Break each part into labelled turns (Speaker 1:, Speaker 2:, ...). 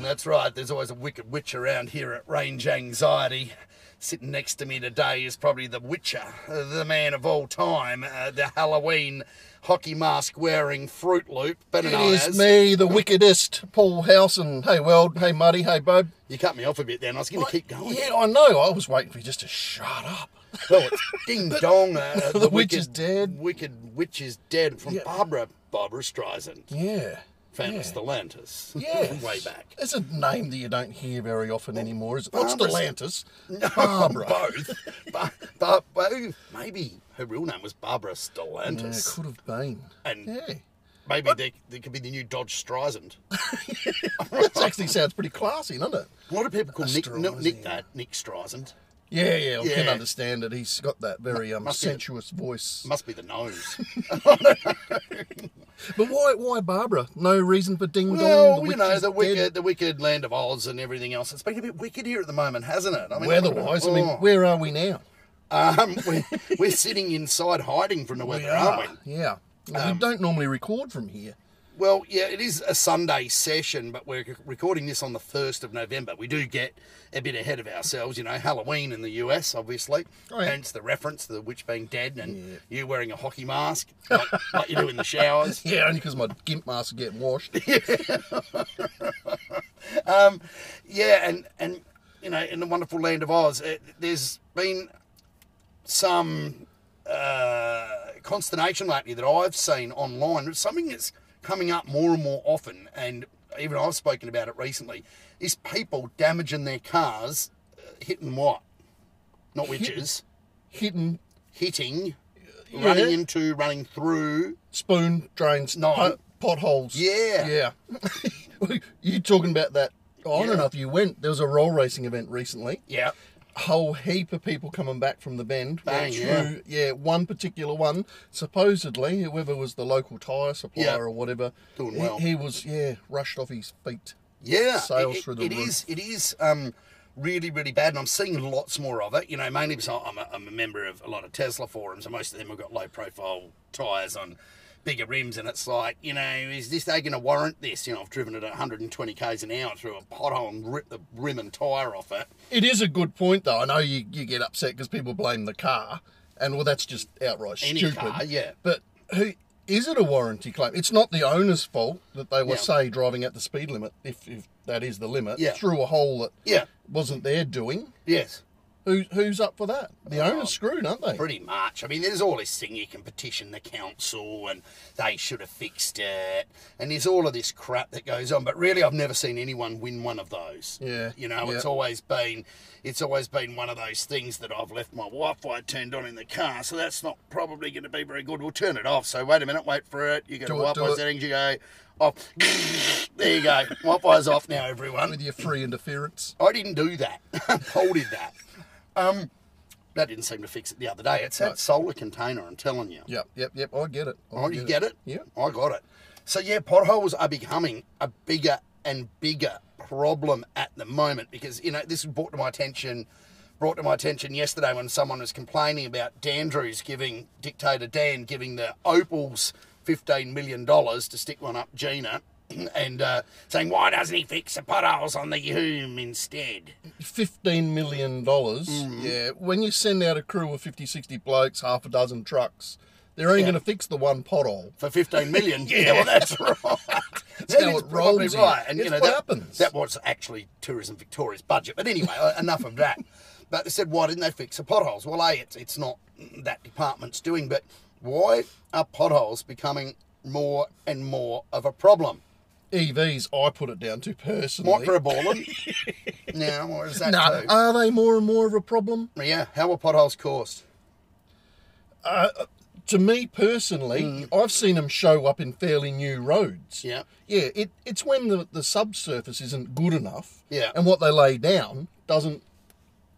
Speaker 1: That's right. There's always a wicked witch around here at Range Anxiety. Sitting next to me today is probably the Witcher, uh, the man of all time, uh, the Halloween hockey mask wearing Fruit Loop, better
Speaker 2: It
Speaker 1: known
Speaker 2: is
Speaker 1: as.
Speaker 2: me, the wickedest, Paul Howson. Hey, Weld. Hey, Muddy. Hey, Bob.
Speaker 1: You cut me off a bit then. I was going to keep going.
Speaker 2: Yeah, I know. I was waiting for you just to shut up.
Speaker 1: Well, it's ding dong. Uh,
Speaker 2: the witch is dead.
Speaker 1: Wicked witch is dead from
Speaker 2: Yeah.
Speaker 1: Barbara Barbara Streisand,
Speaker 2: Yeah.
Speaker 1: Phantom Stellantis.
Speaker 2: Yeah.
Speaker 1: way back.
Speaker 2: It's a name that you don't hear very often anymore, is it? Not
Speaker 1: Barbara's-
Speaker 2: Stellantis.
Speaker 1: Barbara. Both. But but maybe her real name was Barbara
Speaker 2: Yeah, it
Speaker 1: Stellantis,
Speaker 2: could have been.
Speaker 1: and
Speaker 2: Yeah.
Speaker 1: maybe they, they could be the new Dodge Streisand.
Speaker 2: That actually sounds pretty classy, doesn't it?
Speaker 1: A lot of people call Nick, no, Nick
Speaker 2: Streisand.
Speaker 1: that Nick Streisand.
Speaker 2: Yeah, yeah, I can
Speaker 1: Yeah.
Speaker 2: understand it. He's got that very um,
Speaker 1: must be the-
Speaker 2: sensuous voice.
Speaker 1: Must be the nose.
Speaker 2: But why, why Barbara? No reason for ding dong.
Speaker 1: well,
Speaker 2: the
Speaker 1: you
Speaker 2: witch
Speaker 1: know
Speaker 2: is
Speaker 1: the
Speaker 2: dead.
Speaker 1: wicked, the wicked land of Oz and everything else. It's been a bit wicked here at the moment, hasn't it? I mean,
Speaker 2: Weather-wise, I mean,
Speaker 1: oh.
Speaker 2: where are we now?
Speaker 1: Um, we're, we're sitting inside hiding from the weather, aren't we? Um,
Speaker 2: Yeah. Well, we don't normally record from here.
Speaker 1: Well, yeah, it is a Sunday session, but we're rec- recording this on the 1st of November. We do get a bit ahead of ourselves, you know, Halloween in the US, obviously.
Speaker 2: Oh, yeah.
Speaker 1: Hence the reference to the witch being dead and you wearing a hockey mask, like, like you do in the showers.
Speaker 2: Yeah, only because my gimp mask get washed.
Speaker 1: Yeah, and, and you know, in the wonderful land of Oz, it, there's been some uh, consternation lately that I've seen online. It's something that's coming up more and more often, and even I've spoken about it recently, is people damaging their cars, uh, hitting what? Not witches.
Speaker 2: Hidden
Speaker 1: Hitting,
Speaker 2: Yeah.
Speaker 1: running into, running through.
Speaker 2: spoon drains,
Speaker 1: No.
Speaker 2: pot- potholes.
Speaker 1: Yeah.
Speaker 2: Yeah. you talking about that? Oh, I
Speaker 1: Yeah.
Speaker 2: don't know if you went. There was a roll racing event recently.
Speaker 1: Yeah.
Speaker 2: whole heap of people coming back from the bend.
Speaker 1: Bang,
Speaker 2: went
Speaker 1: yeah.
Speaker 2: through, yeah. one particular one, supposedly, whoever was the local tyre supplier
Speaker 1: Yeah.
Speaker 2: or whatever,
Speaker 1: Doing
Speaker 2: he,
Speaker 1: well.
Speaker 2: he was, yeah, rushed off his feet.
Speaker 1: Yeah,
Speaker 2: sails
Speaker 1: it- it-
Speaker 2: through the
Speaker 1: it
Speaker 2: roof.
Speaker 1: is- It is um, really, really bad, and I'm seeing lots more of it. You know, mainly because I'm a, I'm a member of a lot of Tesla forums, and most of them have got low profile tyres on bigger rims, and it's like, you know, is this they going to warrant this? You know, I've driven it at 120 k's an hour through a pothole and ripped the rim and tyre off it.
Speaker 2: It is a good point, though. I know you, you get upset because people blame the car, and well, that's just outright
Speaker 1: Any
Speaker 2: stupid.
Speaker 1: car, yeah.
Speaker 2: But who is it a warranty claim? It's not the owner's fault that they were,
Speaker 1: Yeah.
Speaker 2: say, driving at the speed limit, if, if that is the limit,
Speaker 1: Yeah.
Speaker 2: through a hole that
Speaker 1: Yeah,
Speaker 2: wasn't their doing.
Speaker 1: yes.
Speaker 2: Who, who's up for that? The owner's screwed, aren't they?
Speaker 1: Oh. Pretty much. I mean, there's all this thing you can petition the council and they should have fixed it. And there's all of this crap that goes on. But really, I've never seen anyone win one of those.
Speaker 2: Yeah,
Speaker 1: You know, it's
Speaker 2: yeah.
Speaker 1: always been, it's always been one of those things that I've left my Wi-Fi turned on in the car, so that's not probably going to be very good. We'll turn it off. So wait a minute, wait for it. You go to
Speaker 2: Do it, do
Speaker 1: Wi-Fi
Speaker 2: it.
Speaker 1: settings. You go off. there you go. Wi-Fi's off now, everyone.
Speaker 2: With your free interference.
Speaker 1: I didn't do that. Paul did that. Um, that didn't seem to fix it the other day. It's that solar container, I'm telling you.
Speaker 2: Yep, yep, yep. I get it. I
Speaker 1: Oh, you get it?
Speaker 2: Yep.
Speaker 1: I got it. So, yeah, potholes are becoming a bigger and bigger problem at the moment because, you know, this was brought to my attention brought to my attention yesterday when someone was complaining about Dandrews giving, dictator Dan, giving the Opals $15 million to stick one up Gina and uh, saying, why doesn't he fix the potholes on the Hume instead?
Speaker 2: Fifteen million dollars.
Speaker 1: Mm-hmm.
Speaker 2: Yeah. When you send out a crew of 50, 60 blokes, half a dozen trucks, they're only going to fix the one pothole.
Speaker 1: for 15 million. yeah, well, that's right. That's
Speaker 2: how it rolls here.
Speaker 1: right. And, you
Speaker 2: It's
Speaker 1: know,
Speaker 2: what
Speaker 1: that,
Speaker 2: happens.
Speaker 1: That was actually Tourism Victoria's budget. But anyway, uh, enough of that. But they said, why didn't they fix the potholes? Well, A, it's, it's not that department's doing, but why are potholes becoming more and more of a problem?
Speaker 2: EVs, E I put it down to personally.
Speaker 1: Microballing? now, or is that
Speaker 2: no, uh,
Speaker 1: too?
Speaker 2: are they more and more of a problem?
Speaker 1: yeah, how are potholes caused?
Speaker 2: To me personally, I've seen them show up in fairly new roads.
Speaker 1: Mm. Yeah.
Speaker 2: Yeah, it, it's when the, the subsurface isn't good enough
Speaker 1: Yeah.
Speaker 2: and what they lay down doesn't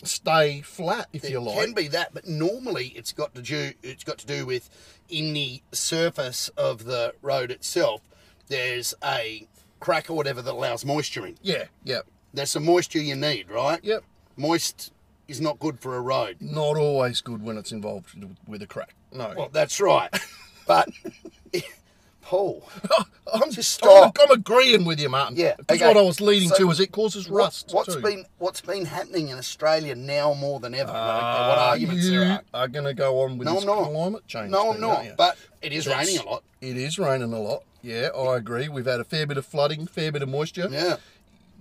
Speaker 2: stay flat, if you like.
Speaker 1: It can be that, but normally it's got to do it's got to do with in the surface of the road itself. There's a crack or whatever that allows moisture in.
Speaker 2: Yeah, yeah.
Speaker 1: There's some moisture you need, right?
Speaker 2: Yep.
Speaker 1: Moist is not good for a road.
Speaker 2: Not always good when it's involved with a crack. No.
Speaker 1: Well, that's right. but Paul.
Speaker 2: I'm
Speaker 1: Just stop.
Speaker 2: I'm, I'm agreeing with you, Martin.
Speaker 1: oh. Yeah,
Speaker 2: That's
Speaker 1: okay.
Speaker 2: what I was leading
Speaker 1: So
Speaker 2: to. Is it causes rust?
Speaker 1: What, has
Speaker 2: too.
Speaker 1: been what's been happening in Australia now more than ever? like, what
Speaker 2: Ah,
Speaker 1: arguments
Speaker 2: you
Speaker 1: there are?
Speaker 2: are going to go on with
Speaker 1: Uh, No,
Speaker 2: this
Speaker 1: I'm not.
Speaker 2: climate change.
Speaker 1: No, I'm
Speaker 2: thing, aren't
Speaker 1: not.
Speaker 2: you?
Speaker 1: But it is
Speaker 2: That's-
Speaker 1: raining a lot.
Speaker 2: It is raining a lot. Yeah, I agree. We've had a fair bit of flooding, fair bit of moisture.
Speaker 1: Yeah.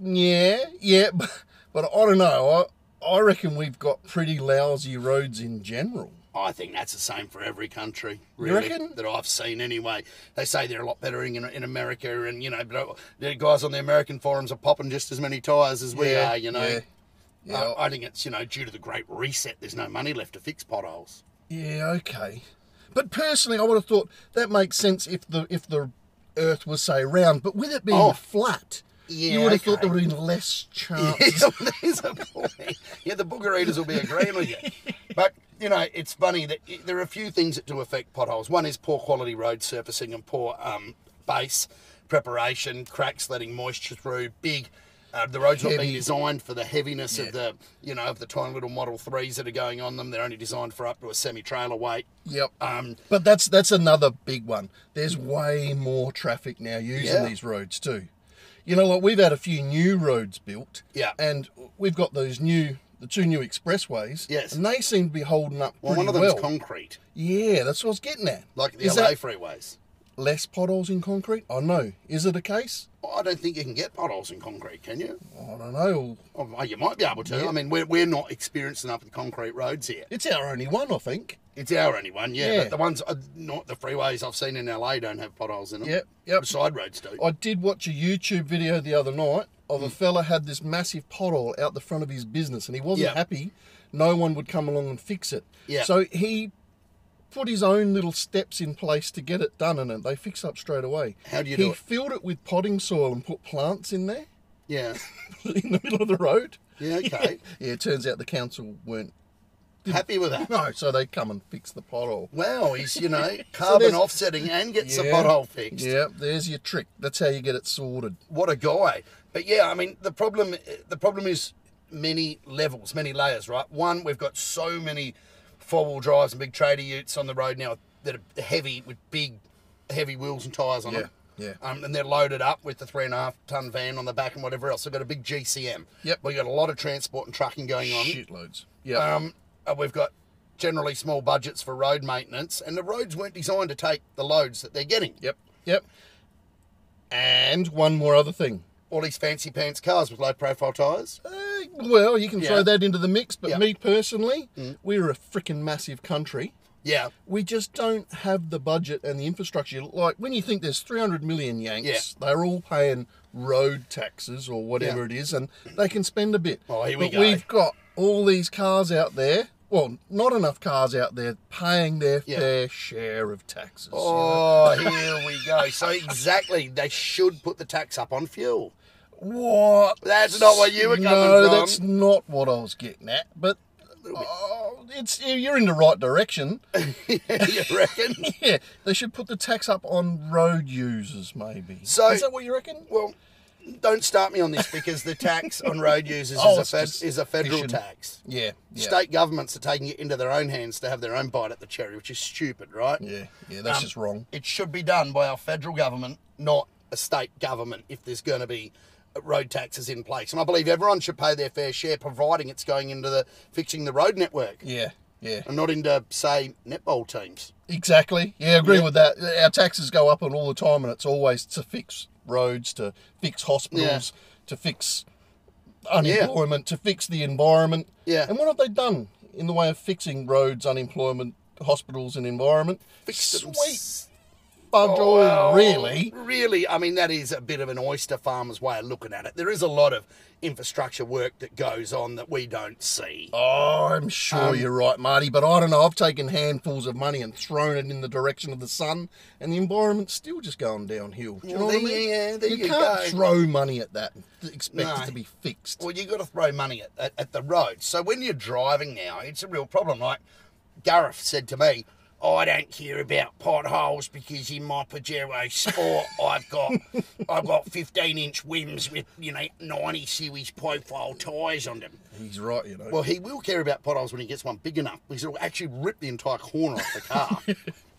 Speaker 2: Yeah, yeah, but, but I don't know. I, I reckon we've got pretty lousy roads in general.
Speaker 1: I think that's the same for every country,
Speaker 2: You
Speaker 1: really,
Speaker 2: reckon?
Speaker 1: that I've seen anyway. They say they're a lot better in, in America, and you know, but uh, the guys on the American forums are popping just as many tyres as we
Speaker 2: yeah,
Speaker 1: are. You know, Uh,
Speaker 2: Yeah, yeah,
Speaker 1: I, I think it's you know due to the Great Reset. There's no money left to fix potholes.
Speaker 2: yeah, okay. But personally, I would have thought that makes sense if the if the Earth was say round, but with it being
Speaker 1: Oh.
Speaker 2: flat,
Speaker 1: Yeah,
Speaker 2: you would have thought
Speaker 1: okay.
Speaker 2: there would have been less chance.
Speaker 1: yeah, there's a point. Yeah, the booger eaters will be agreeing with you. But, you know, it's funny that i- there are a few things that do affect potholes. One is poor quality road surfacing and poor um, base preparation, cracks letting moisture through, big. Uh, the roads not being
Speaker 2: Heavy.
Speaker 1: designed for the heaviness of the, you know, of the tiny little Model 3s that are going on them. They're only designed for up to a semi-trailer weight.
Speaker 2: Yep.
Speaker 1: Um,
Speaker 2: But that's that's another big one. There's way more traffic now using
Speaker 1: Yeah.
Speaker 2: these roads too. You know, like we've had a few new roads built.
Speaker 1: Yeah.
Speaker 2: And we've got those new the two new expressways.
Speaker 1: Yes.
Speaker 2: And they seem to be holding up
Speaker 1: well,
Speaker 2: pretty
Speaker 1: one
Speaker 2: well.
Speaker 1: of them's concrete,
Speaker 2: yeah, that's what I was getting at.
Speaker 1: like the
Speaker 2: Is
Speaker 1: LA
Speaker 2: that
Speaker 1: freeways.
Speaker 2: less potholes in concrete? I know. Is it a case?
Speaker 1: I don't think you can get potholes in concrete, can you?
Speaker 2: I don't know.
Speaker 1: Oh, well, you might be able to. I mean, we're, we're not experienced enough with concrete roads here.
Speaker 2: It's our only one, I think.
Speaker 1: It's our only one, yeah.
Speaker 2: Yeah.
Speaker 1: But the ones, uh, not the freeways I've seen in LA, don't have potholes in them.
Speaker 2: Yep, yep.
Speaker 1: Side roads do.
Speaker 2: I did watch a YouTube video the other night of
Speaker 1: Mm.
Speaker 2: a fella had this massive pothole out the front of his business and he wasn't
Speaker 1: Yeah.
Speaker 2: happy. No one would come along and fix it.
Speaker 1: Yeah.
Speaker 2: So he put his own little steps in place to get it done and it- they fix up straight away.
Speaker 1: How do you
Speaker 2: he
Speaker 1: do it?
Speaker 2: filled it with potting soil and put plants in there
Speaker 1: Yeah.
Speaker 2: in the middle of the road.
Speaker 1: Yeah, okay.
Speaker 2: Yeah, it turns out the council weren't
Speaker 1: Happy with that.
Speaker 2: no, so they come and fix the pothole.
Speaker 1: Wow, he's, you know, carbon
Speaker 2: there's-
Speaker 1: offsetting and gets the
Speaker 2: Yeah.
Speaker 1: pothole fixed.
Speaker 2: Yeah, there's your trick. That's how you get it sorted.
Speaker 1: What a guy. But yeah, I mean, the problem the problem is many levels, many layers, right? One, we've got so many four-wheel drives and big trader utes on the road now that are heavy with big, heavy wheels and tyres on
Speaker 2: Yeah,
Speaker 1: them.
Speaker 2: yeah.
Speaker 1: Um, and they're loaded up with the three and a half ton van on the back and whatever else. They've got a big GCM.
Speaker 2: Yep.
Speaker 1: We've got a lot of transport and trucking going on.
Speaker 2: Shitloads. Yeah.
Speaker 1: Um, and we've got generally small budgets for road maintenance, and the roads weren't designed to take the loads that they're getting.
Speaker 2: Yep. Yep. And one more other thing.
Speaker 1: All these fancy pants cars with low-profile tyres.
Speaker 2: Uh, well, you can
Speaker 1: Yeah.
Speaker 2: throw that into the mix, but
Speaker 1: Yeah. Mm.
Speaker 2: me personally, we're a freaking massive country.
Speaker 1: Yeah.
Speaker 2: We just don't have the budget and the infrastructure. Like when you think there's 300 million Yanks, they're all paying road taxes or whatever
Speaker 1: Yeah.
Speaker 2: it is, and they can spend a bit.
Speaker 1: Oh, here we
Speaker 2: but
Speaker 1: go.
Speaker 2: we've got all these cars out there. Well, not enough cars out there paying their
Speaker 1: Yeah.
Speaker 2: fair share of taxes. you know?
Speaker 1: Oh, here we go. So exactly, they should put the tax up on fuel.
Speaker 2: What?
Speaker 1: That's not what you were coming
Speaker 2: no,
Speaker 1: from.
Speaker 2: that's not what I was getting at. But oh, it's you're in the right direction.
Speaker 1: you reckon?
Speaker 2: yeah, they should put the tax up on road users, maybe.
Speaker 1: So-
Speaker 2: is that what you reckon?
Speaker 1: Well, don't start me on this because the tax on road users
Speaker 2: Oh,
Speaker 1: is, a
Speaker 2: it's
Speaker 1: fed,
Speaker 2: just
Speaker 1: is a federal
Speaker 2: efficient.
Speaker 1: tax.
Speaker 2: Yeah, yeah,
Speaker 1: State governments are taking it into their own hands to have their own bite at the cherry, which is stupid, right?
Speaker 2: yeah, yeah. That's
Speaker 1: Um,
Speaker 2: just wrong.
Speaker 1: It should be done by our federal government, not a state government, if there's going to be uh, road taxes in place. And I believe everyone should pay their fair share, providing it's going into the fixing the road network
Speaker 2: Yeah, yeah,
Speaker 1: and not into, say, netball teams.
Speaker 2: exactly. Yeah, I agree with that. Our taxes go up all the time, and it's always to fix roads, to fix hospitals, to fix unemployment, to fix the environment.
Speaker 1: Yeah.
Speaker 2: And what have they done in the way of fixing roads, unemployment, hospitals, and environment?
Speaker 1: Fixed them.
Speaker 2: Sweet fudge oil,
Speaker 1: Well,
Speaker 2: really.
Speaker 1: Really, I mean, that is a bit of an oyster farmer's way of looking at it. There is a lot of infrastructure work that goes on that we don't see.
Speaker 2: Oh, I'm sure
Speaker 1: Um,
Speaker 2: you're right, Marty, but I don't know. I've taken handfuls of money and thrown it in the direction of the sun, and the environment's still just going downhill. Do you know
Speaker 1: Well,
Speaker 2: what I
Speaker 1: there-
Speaker 2: mean?
Speaker 1: yeah, there you
Speaker 2: can't
Speaker 1: go.
Speaker 2: throw money at that and th- expect
Speaker 1: No.
Speaker 2: it to be fixed.
Speaker 1: Well, you've got to throw money at, at, at the road. So when you're driving now, it's a real problem. Like Gareth said to me, "Oh, I don't care about potholes because in my Pajero Sport I've got I've got 15 inch rims with you know 90 series profile tyres on them.
Speaker 2: He's right, you know.
Speaker 1: Well, he will care about potholes when he gets one big enough because it'll actually rip the entire corner off the car.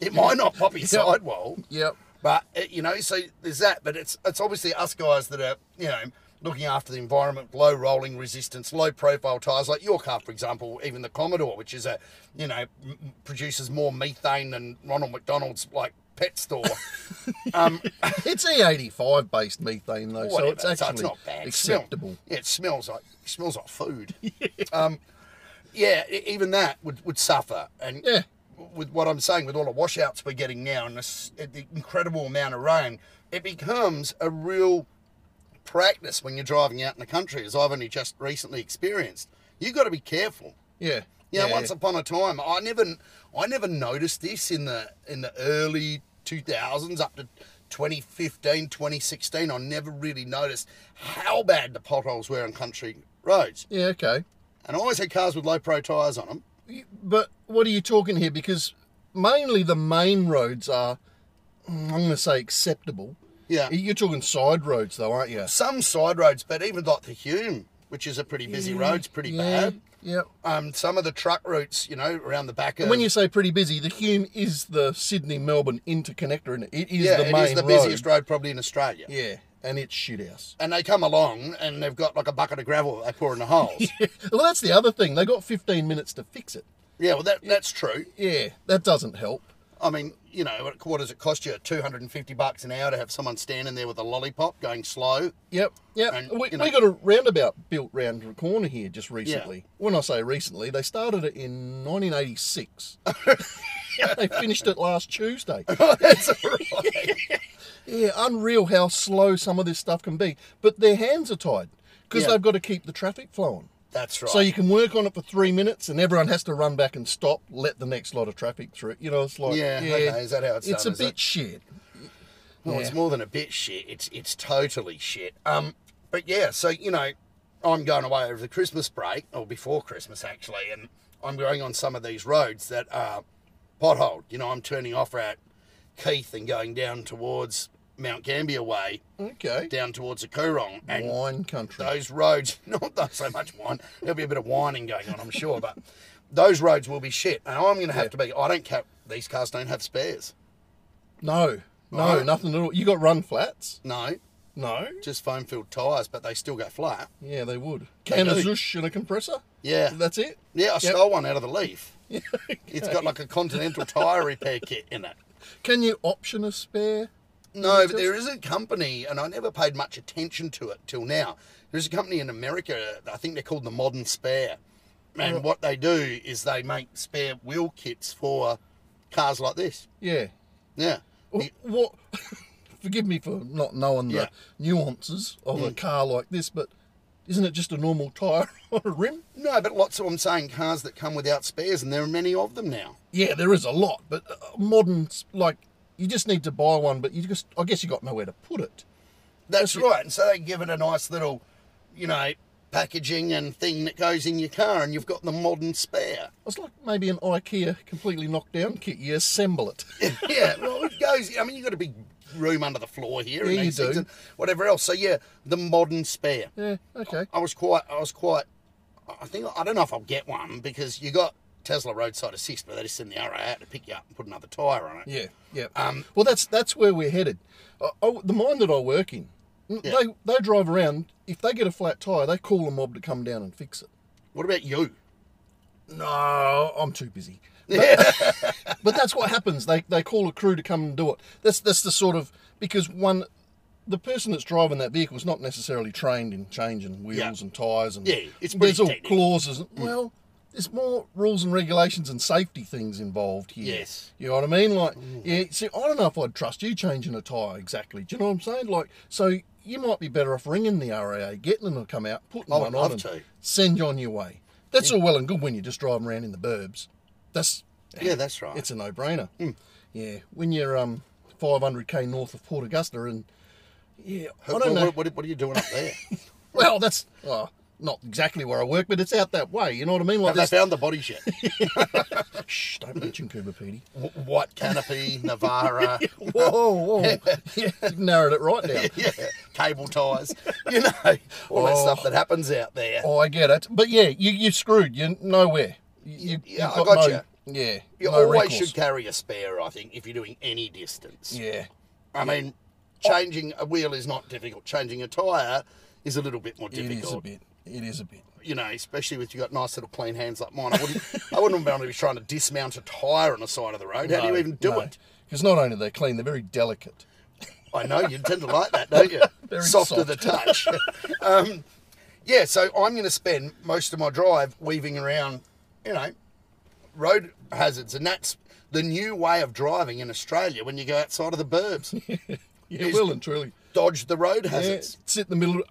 Speaker 1: it might not pop his sidewall,
Speaker 2: yep.
Speaker 1: But uh, you know, so there's that. But it's it's obviously us guys that are you know looking after the environment, low rolling resistance, low profile tyres, like your car, for example, even the Commodore, which is a you know m- produces more methane than Ronald McDonald's like pet store. um,
Speaker 2: It's E85 based methane though, so
Speaker 1: whatever.
Speaker 2: it's actually
Speaker 1: not bad. It smell-
Speaker 2: acceptable.
Speaker 1: yeah, it smells like it smells like food. um, yeah, e- even that would, would suffer. And
Speaker 2: Yeah.
Speaker 1: with what I'm saying, with all the washouts we're getting now and this, the incredible amount of rain, it becomes a real practice when you're driving out in the country, as I've only just recently experienced. You've got to be careful.
Speaker 2: Yeah.
Speaker 1: You know, once upon a time, I never, I never noticed this in the in the early 2000s up to 2015, 2016. I never really noticed how bad the potholes were on country roads,
Speaker 2: Yeah, okay.
Speaker 1: and I always had cars with low pro tires on them.
Speaker 2: But what are you talking here? Because mainly the main roads are, mm, I'm going to say acceptable.
Speaker 1: Yeah,
Speaker 2: You're talking side roads though, aren't you?
Speaker 1: some side roads, but even like the Hume, which is a pretty busy road, it's pretty
Speaker 2: Mm-hmm. Mm, yeah,
Speaker 1: bad.
Speaker 2: yeah.
Speaker 1: Um, some of the truck routes, you know, around the back of
Speaker 2: When you say pretty busy, the Hume is the Sydney Melbourne interconnector, and it is
Speaker 1: yeah,
Speaker 2: the
Speaker 1: it
Speaker 2: main
Speaker 1: is the
Speaker 2: road.
Speaker 1: busiest road probably in Australia.
Speaker 2: Yeah, and it's shit house.
Speaker 1: And they come along and they've got like a bucket of gravel they pour in the holes.
Speaker 2: well, that's the other thing. They got 15 minutes to fix it.
Speaker 1: yeah, well that that's true.
Speaker 2: Yeah, that doesn't help.
Speaker 1: I mean, you know, what, what does it cost you? Two hundred and fifty bucks an hour to have someone standing there with a lollipop going slow.
Speaker 2: Yep, yep.
Speaker 1: And,
Speaker 2: we,
Speaker 1: you know-
Speaker 2: we got a roundabout built round the corner here just recently. When I say recently, they started it in 1986. they finished it last Tuesday.
Speaker 1: that's right.
Speaker 2: Yeah, unreal how slow some of this stuff can be. But their hands are tied because
Speaker 1: Yeah.
Speaker 2: they've got to keep the traffic flowing.
Speaker 1: That's right.
Speaker 2: So you can work on it for three minutes, and everyone has to run back and stop, let the next lot of traffic through. You know, it's like
Speaker 1: Yeah, okay, is that how it's
Speaker 2: It's
Speaker 1: done,
Speaker 2: a
Speaker 1: is
Speaker 2: bit
Speaker 1: it?
Speaker 2: shit.
Speaker 1: Well, it's more than a bit shit. It's it's totally shit. Um, but yeah, so you know, I'm going away over the Christmas break or before Christmas actually, and I'm going on some of these roads that are potholed. You know, I'm turning off at Keith and going down towards Mount Gambier Way,
Speaker 2: Okay,
Speaker 1: down towards the Coorong, and
Speaker 2: wine country.
Speaker 1: those roads, not that so much wine, there'll be a bit of whining going on, I'm sure, but those roads will be shit. And I'm going to have to be, I don't care, these cars don't have spares.
Speaker 2: No, no,
Speaker 1: Alright.
Speaker 2: nothing at all. You got run flats?
Speaker 1: No,
Speaker 2: No.
Speaker 1: just foam filled tyres, but they still go flat.
Speaker 2: Yeah, they would. Can
Speaker 1: do.
Speaker 2: a zoosh and a compressor.
Speaker 1: Yeah.
Speaker 2: That's it.
Speaker 1: Yeah, I
Speaker 2: Yep.
Speaker 1: stole one out of the Leaf. It's got like a Continental tyre repair kit in it.
Speaker 2: Can you option a spare?
Speaker 1: No, but there is a company, and I never paid much attention to it till now. There's a company in America, I think they're called the Modern Spare. And what they do is they make spare wheel kits for cars like this.
Speaker 2: Yeah.
Speaker 1: Yeah.
Speaker 2: Wh- What? Forgive me for not knowing
Speaker 1: Yeah.
Speaker 2: the nuances of a car like this, but isn't it just a normal tire on a rim?
Speaker 1: No, but lots of I'm saying cars that come without spares, and there are many of them now.
Speaker 2: Yeah, there is a lot, but uh, modern s- like you just need to buy one, but you just I guess you got nowhere to put it.
Speaker 1: That's right. And so they give it a nice little, you know, packaging and thing that goes in your car, and you've got the modern spare.
Speaker 2: It's like maybe an IKEA completely knocked down kit. You assemble it.
Speaker 1: yeah, well, it goes. I mean, you've got a big room under the floor here, and
Speaker 2: Yeah, you
Speaker 1: these things
Speaker 2: do.
Speaker 1: and whatever else. So yeah, the modern spare.
Speaker 2: yeah. Okay.
Speaker 1: I was quite. I was quite. I think I don't know if I'll get one because you got Tesla roadside assist, but they just send the RA out to pick you up and put another tire on it.
Speaker 2: Yeah, yeah. Um, well, that's that's where we're headed. I, I- the mine that I work in, n- they they drive around. If they get a flat tire, they call a mob to come down and fix it.
Speaker 1: What about you?
Speaker 2: No, I'm too busy.
Speaker 1: Yeah.
Speaker 2: But that's what happens. They they call a crew to come and do it. That's that's the sort of because one, the person that's driving that vehicle is not necessarily trained in changing wheels
Speaker 1: Yeah.
Speaker 2: and tires and
Speaker 1: Yeah, it's pretty Mm.
Speaker 2: there's all
Speaker 1: technical.
Speaker 2: clauses. Well, there's more rules and regulations and safety things involved here.
Speaker 1: Yes. Mm.
Speaker 2: you know what I mean. Like, yeah, see, I don't know if I'd trust you changing a tire exactly. Do you know what I'm saying? Like, so you might be better off ringing the RAA, getting them to come out, putting
Speaker 1: I would
Speaker 2: one
Speaker 1: love
Speaker 2: on, and
Speaker 1: to.
Speaker 2: send you on your way. That's all well and good when you're just driving around in the burbs. That's
Speaker 1: Yeah, that's right.
Speaker 2: it's a no-brainer. Yeah, when you're um 500k north of Port Augusta, and yeah, I
Speaker 1: Well,
Speaker 2: don't know.
Speaker 1: What, what, what are you doing up there?
Speaker 2: Well, that's oh, not exactly where I work, but it's out that way. You know what I mean?
Speaker 1: Have
Speaker 2: Like
Speaker 1: they
Speaker 2: this.
Speaker 1: found the body shit?
Speaker 2: Shh, don't mention Cooper Petey.
Speaker 1: Wh- White canopy, Navara,
Speaker 2: Whoa, whoa, yeah, you've narrowed it right down.
Speaker 1: yeah, cable ties, you know, all that stuff that happens out there.
Speaker 2: Oh, I get it, but yeah, you you screwed. You're nowhere. You, you,
Speaker 1: Yeah,
Speaker 2: you've
Speaker 1: I
Speaker 2: got no-
Speaker 1: gotcha.
Speaker 2: Yeah,
Speaker 1: You
Speaker 2: no
Speaker 1: always
Speaker 2: recourse.
Speaker 1: should carry a spare, I think, if you're doing any distance.
Speaker 2: Yeah, Oh.
Speaker 1: I mean, changing a wheel is not difficult. Changing a tyre is a little bit more
Speaker 2: It is a
Speaker 1: difficult.
Speaker 2: bit. It is a bit.
Speaker 1: You know, especially if you've got nice little clean hands like mine. I wouldn't, I wouldn't want to be trying to dismount a tyre on the side of the road. How do you even do it?
Speaker 2: Because not only are they clean, they're very delicate.
Speaker 1: I know you tend to like that, don't you?
Speaker 2: Very
Speaker 1: soft, to
Speaker 2: soft.
Speaker 1: the touch. um, yeah, so I'm going to spend most of my drive weaving around, you know, road hazards, and that's the new way of driving in Australia when you go outside of the burbs.
Speaker 2: Yeah,
Speaker 1: Yes.
Speaker 2: well and truly.
Speaker 1: Dodge the road
Speaker 2: Yeah,
Speaker 1: hazards.
Speaker 2: sit in the middle. Of,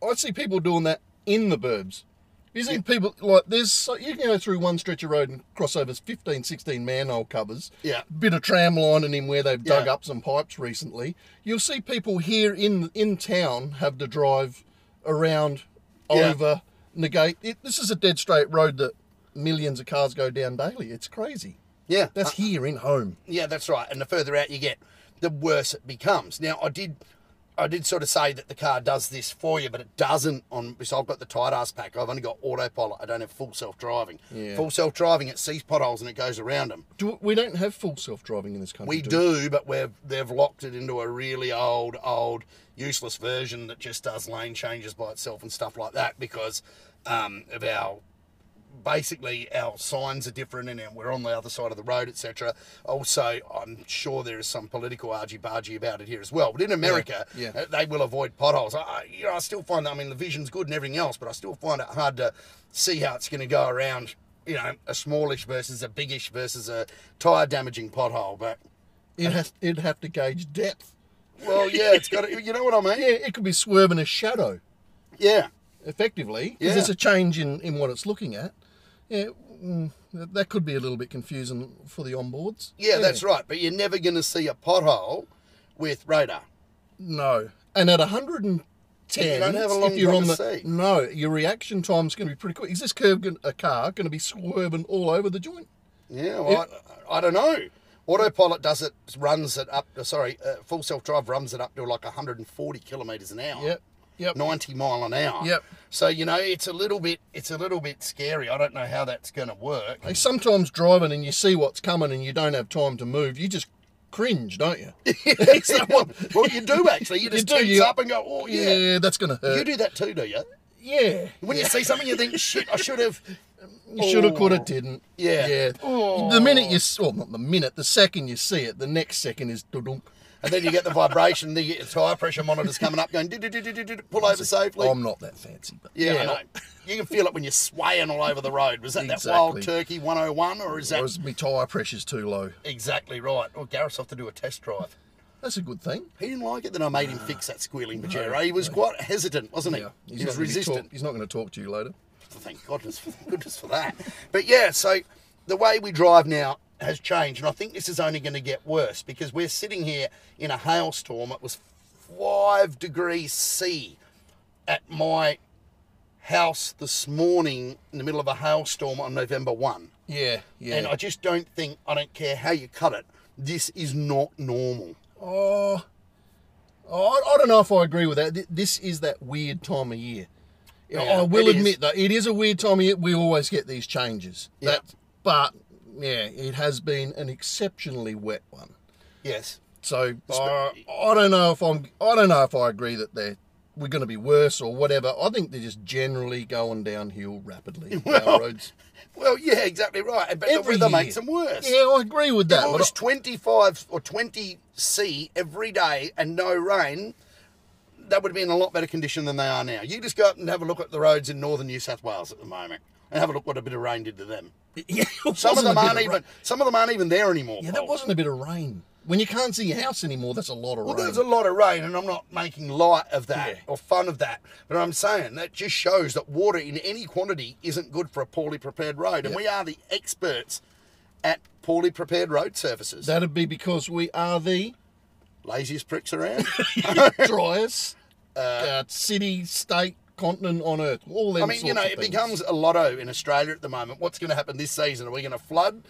Speaker 2: I, I see people doing that in the burbs. You see people like there's so you can go through one stretch of road and cross over 15, 16 manhole covers.
Speaker 1: Yeah.
Speaker 2: Bit of tram lining in where they've dug
Speaker 1: Yeah.
Speaker 2: up some pipes recently. You'll see people here in in town have to drive around,
Speaker 1: Yeah.
Speaker 2: over, negate. It, this is a dead straight road that millions of cars go down daily. It's crazy.
Speaker 1: Yeah,
Speaker 2: That's here in home.
Speaker 1: Yeah, that's right. And the further out you get, the worse it becomes. Now, I did, I did sort of say that the car does this for you, but it doesn't. On so I've got the tight ass pack. I've only got autopilot. I don't have full self driving.
Speaker 2: Yeah.
Speaker 1: Full self driving, it sees potholes and it goes around them.
Speaker 2: Do, we don't have full self driving in this country.
Speaker 1: We do, but we've they've locked it into a really old, old, useless version that just does lane changes by itself and stuff like that because um, of our basically our signs are different and we're on the other side of the road, etc. Also, I'm sure there is some political argy bargy about it here as well. But in America,
Speaker 2: yeah.
Speaker 1: uh, they will avoid potholes. I- I, you know, I still find that, I mean, the vision's good and everything else, but I still find it hard to see how it's going to go around. You know, a smallish versus a biggish versus a tire damaging pothole, but
Speaker 2: It has. It'd have to gauge depth.
Speaker 1: well, yeah, it's got to, you know what I mean?
Speaker 2: Yeah, it could be swerving a shadow,
Speaker 1: Yeah,
Speaker 2: effectively, 'cause
Speaker 1: Yeah.
Speaker 2: there's a change in, in what it's looking at. Yeah, mm, that that could be a little bit confusing for the onboards.
Speaker 1: yeah, that's right. But you're never going to see a pothole with radar.
Speaker 2: No, and at 110,
Speaker 1: You don't have a long
Speaker 2: if you're
Speaker 1: time
Speaker 2: on
Speaker 1: to
Speaker 2: the
Speaker 1: see.
Speaker 2: no, your reaction time's going to be pretty quick. Is this curve gon- a car going to be swerving all over the joint?
Speaker 1: Yeah, well, I, I don't know. Autopilot does it, runs it up. Sorry, uh, full self drive runs it up to like 140 kilometres an hour.
Speaker 2: Yep, yep.
Speaker 1: 90 mile an hour.
Speaker 2: Yep.
Speaker 1: So you know it's a little bit it's a little bit scary. I don't know how that's going to work.
Speaker 2: Like sometimes driving and you see what's coming and you don't have time to move, you just cringe, don't you?
Speaker 1: So, well, well, you do actually. You just
Speaker 2: do,
Speaker 1: tense
Speaker 2: you-
Speaker 1: up and go, oh yeah.
Speaker 2: yeah, that's going to hurt.
Speaker 1: You do that too, do you?
Speaker 2: yeah,
Speaker 1: When you see something, you think, shit, I should have.
Speaker 2: You should have, could
Speaker 1: Oh.
Speaker 2: have, didn't.
Speaker 1: Yeah.
Speaker 2: Yeah.
Speaker 1: Oh.
Speaker 2: The minute you, s- well, not the minute, the second you see it, the next second is dudunk.
Speaker 1: And then you get the vibration, then you get your tire pressure monitors coming up, going, "Do-do-do-do-do-do, pull over safely.
Speaker 2: I'm not that fancy, but
Speaker 1: Yeah, I know. You can feel it when you're swaying all over the road. Was that that wild turkey 101, or is that
Speaker 2: Whereas my tyre pressure's too low.
Speaker 1: exactly right? Well, Gareth's off to do a test drive.
Speaker 2: That's a good thing.
Speaker 1: He didn't like it that I made him fix that squealing Pajero. He was quite hesitant, wasn't he? he
Speaker 2: not
Speaker 1: was
Speaker 2: gonna be
Speaker 1: resistant.
Speaker 2: Talk, he's not going to talk to you later.
Speaker 1: Thank goodness, goodness for that. But yeah, so the way we drive now has changed, and I think this is only going to get worse because we're sitting here in a hailstorm. It was five degrees C at my house this morning in the middle of a hailstorm on November 1.
Speaker 2: Yeah, yeah.
Speaker 1: And I just don't think, I don't care how you cut it, this is not normal.
Speaker 2: oh, oh, I- I don't know if I agree with that. Th- This is that weird time of year. Yeah,
Speaker 1: Yeah,
Speaker 2: I will
Speaker 1: it is.
Speaker 2: admit, though, it is a weird time of year. We always get these changes.
Speaker 1: Yeah.
Speaker 2: That, but, yeah, it has been an exceptionally wet one.
Speaker 1: Yes.
Speaker 2: So I, I don't know if I'm I don't know if I agree that they're we're going to be worse or whatever. I think they're just generally going downhill rapidly. our roads
Speaker 1: Well, yeah, exactly right. But
Speaker 2: Every
Speaker 1: the weather
Speaker 2: year.
Speaker 1: makes them worse.
Speaker 2: Yeah, I agree with that.
Speaker 1: If it
Speaker 2: but
Speaker 1: was
Speaker 2: I-
Speaker 1: 25 or 20 C every day and no rain, that would be in a lot better condition than they are now. You just go up and have a look at the roads in northern New South Wales at the moment and have a look what a bit of rain did to them.
Speaker 2: yeah, it
Speaker 1: Some of
Speaker 2: wasn't a
Speaker 1: them
Speaker 2: bit
Speaker 1: aren't
Speaker 2: ra-
Speaker 1: even Oh. some of them aren't even there anymore.
Speaker 2: Yeah, that
Speaker 1: Paul.
Speaker 2: wasn't a bit of rain. When you can't see your house anymore, that's a lot of
Speaker 1: Well,
Speaker 2: rain.
Speaker 1: there's a lot of rain, and I'm not making light of that
Speaker 2: Yeah.
Speaker 1: or fun of that. But I'm saying that just shows that water in any quantity isn't good for a poorly prepared road. And we are the experts at poorly prepared road surfaces.
Speaker 2: That'd be because we are the
Speaker 1: Laziest pricks around.
Speaker 2: driest uh, city, state, continent on earth. All them
Speaker 1: I mean, you know,
Speaker 2: sorts of
Speaker 1: it
Speaker 2: things.
Speaker 1: becomes a lotto in Australia at the moment. What's going to happen this season? Are we going to flood?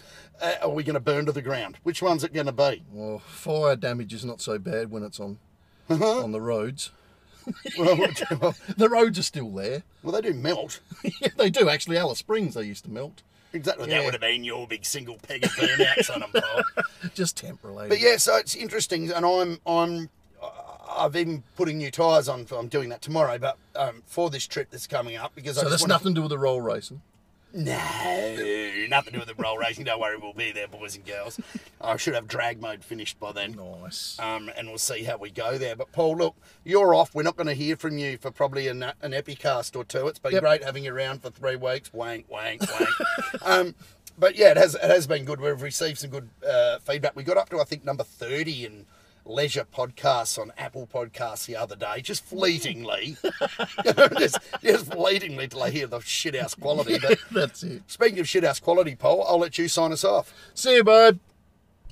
Speaker 1: Uh, are we going to burn to the ground? Which one's it going to be?
Speaker 2: Well, Oh, fire damage is not so bad when it's on
Speaker 1: Uh-huh.
Speaker 2: on the roads.
Speaker 1: well,
Speaker 2: The roads are still there.
Speaker 1: they do melt.
Speaker 2: yeah, they do actually. Alice Springs, they used to melt.
Speaker 1: Exactly.
Speaker 2: Yeah.
Speaker 1: That would have been your big single peg of burnouts on them, Bob.
Speaker 2: Just temp related.
Speaker 1: But yeah, so it's interesting, and I'm I'm I've even putting new tyres on. For, I'm doing that tomorrow, but um, for this trip that's coming up because I
Speaker 2: so
Speaker 1: just
Speaker 2: that's
Speaker 1: wanna-
Speaker 2: nothing to do with the roll racing.
Speaker 1: No, nothing to do with the roll racing. Don't worry, we'll be there, boys and girls. I should have drag mode finished by then.
Speaker 2: Nice.
Speaker 1: Um, and we'll see how we go there. But Paul, look, you're off. We're not going to hear from you for probably an, an epicast or two. It's been
Speaker 2: Yep.
Speaker 1: great having you around for three weeks. Wank, wank, wank. um, but yeah, it has it has been good. We've received some good uh, feedback. We got up to I think number thirty in leisure podcasts on Apple Podcasts the other day, just fleetingly, just, just fleetingly till I hear the shithouse quality. But
Speaker 2: that's it.
Speaker 1: speaking of shithouse quality, Paul, I'll let you sign us off.
Speaker 2: See you, bud.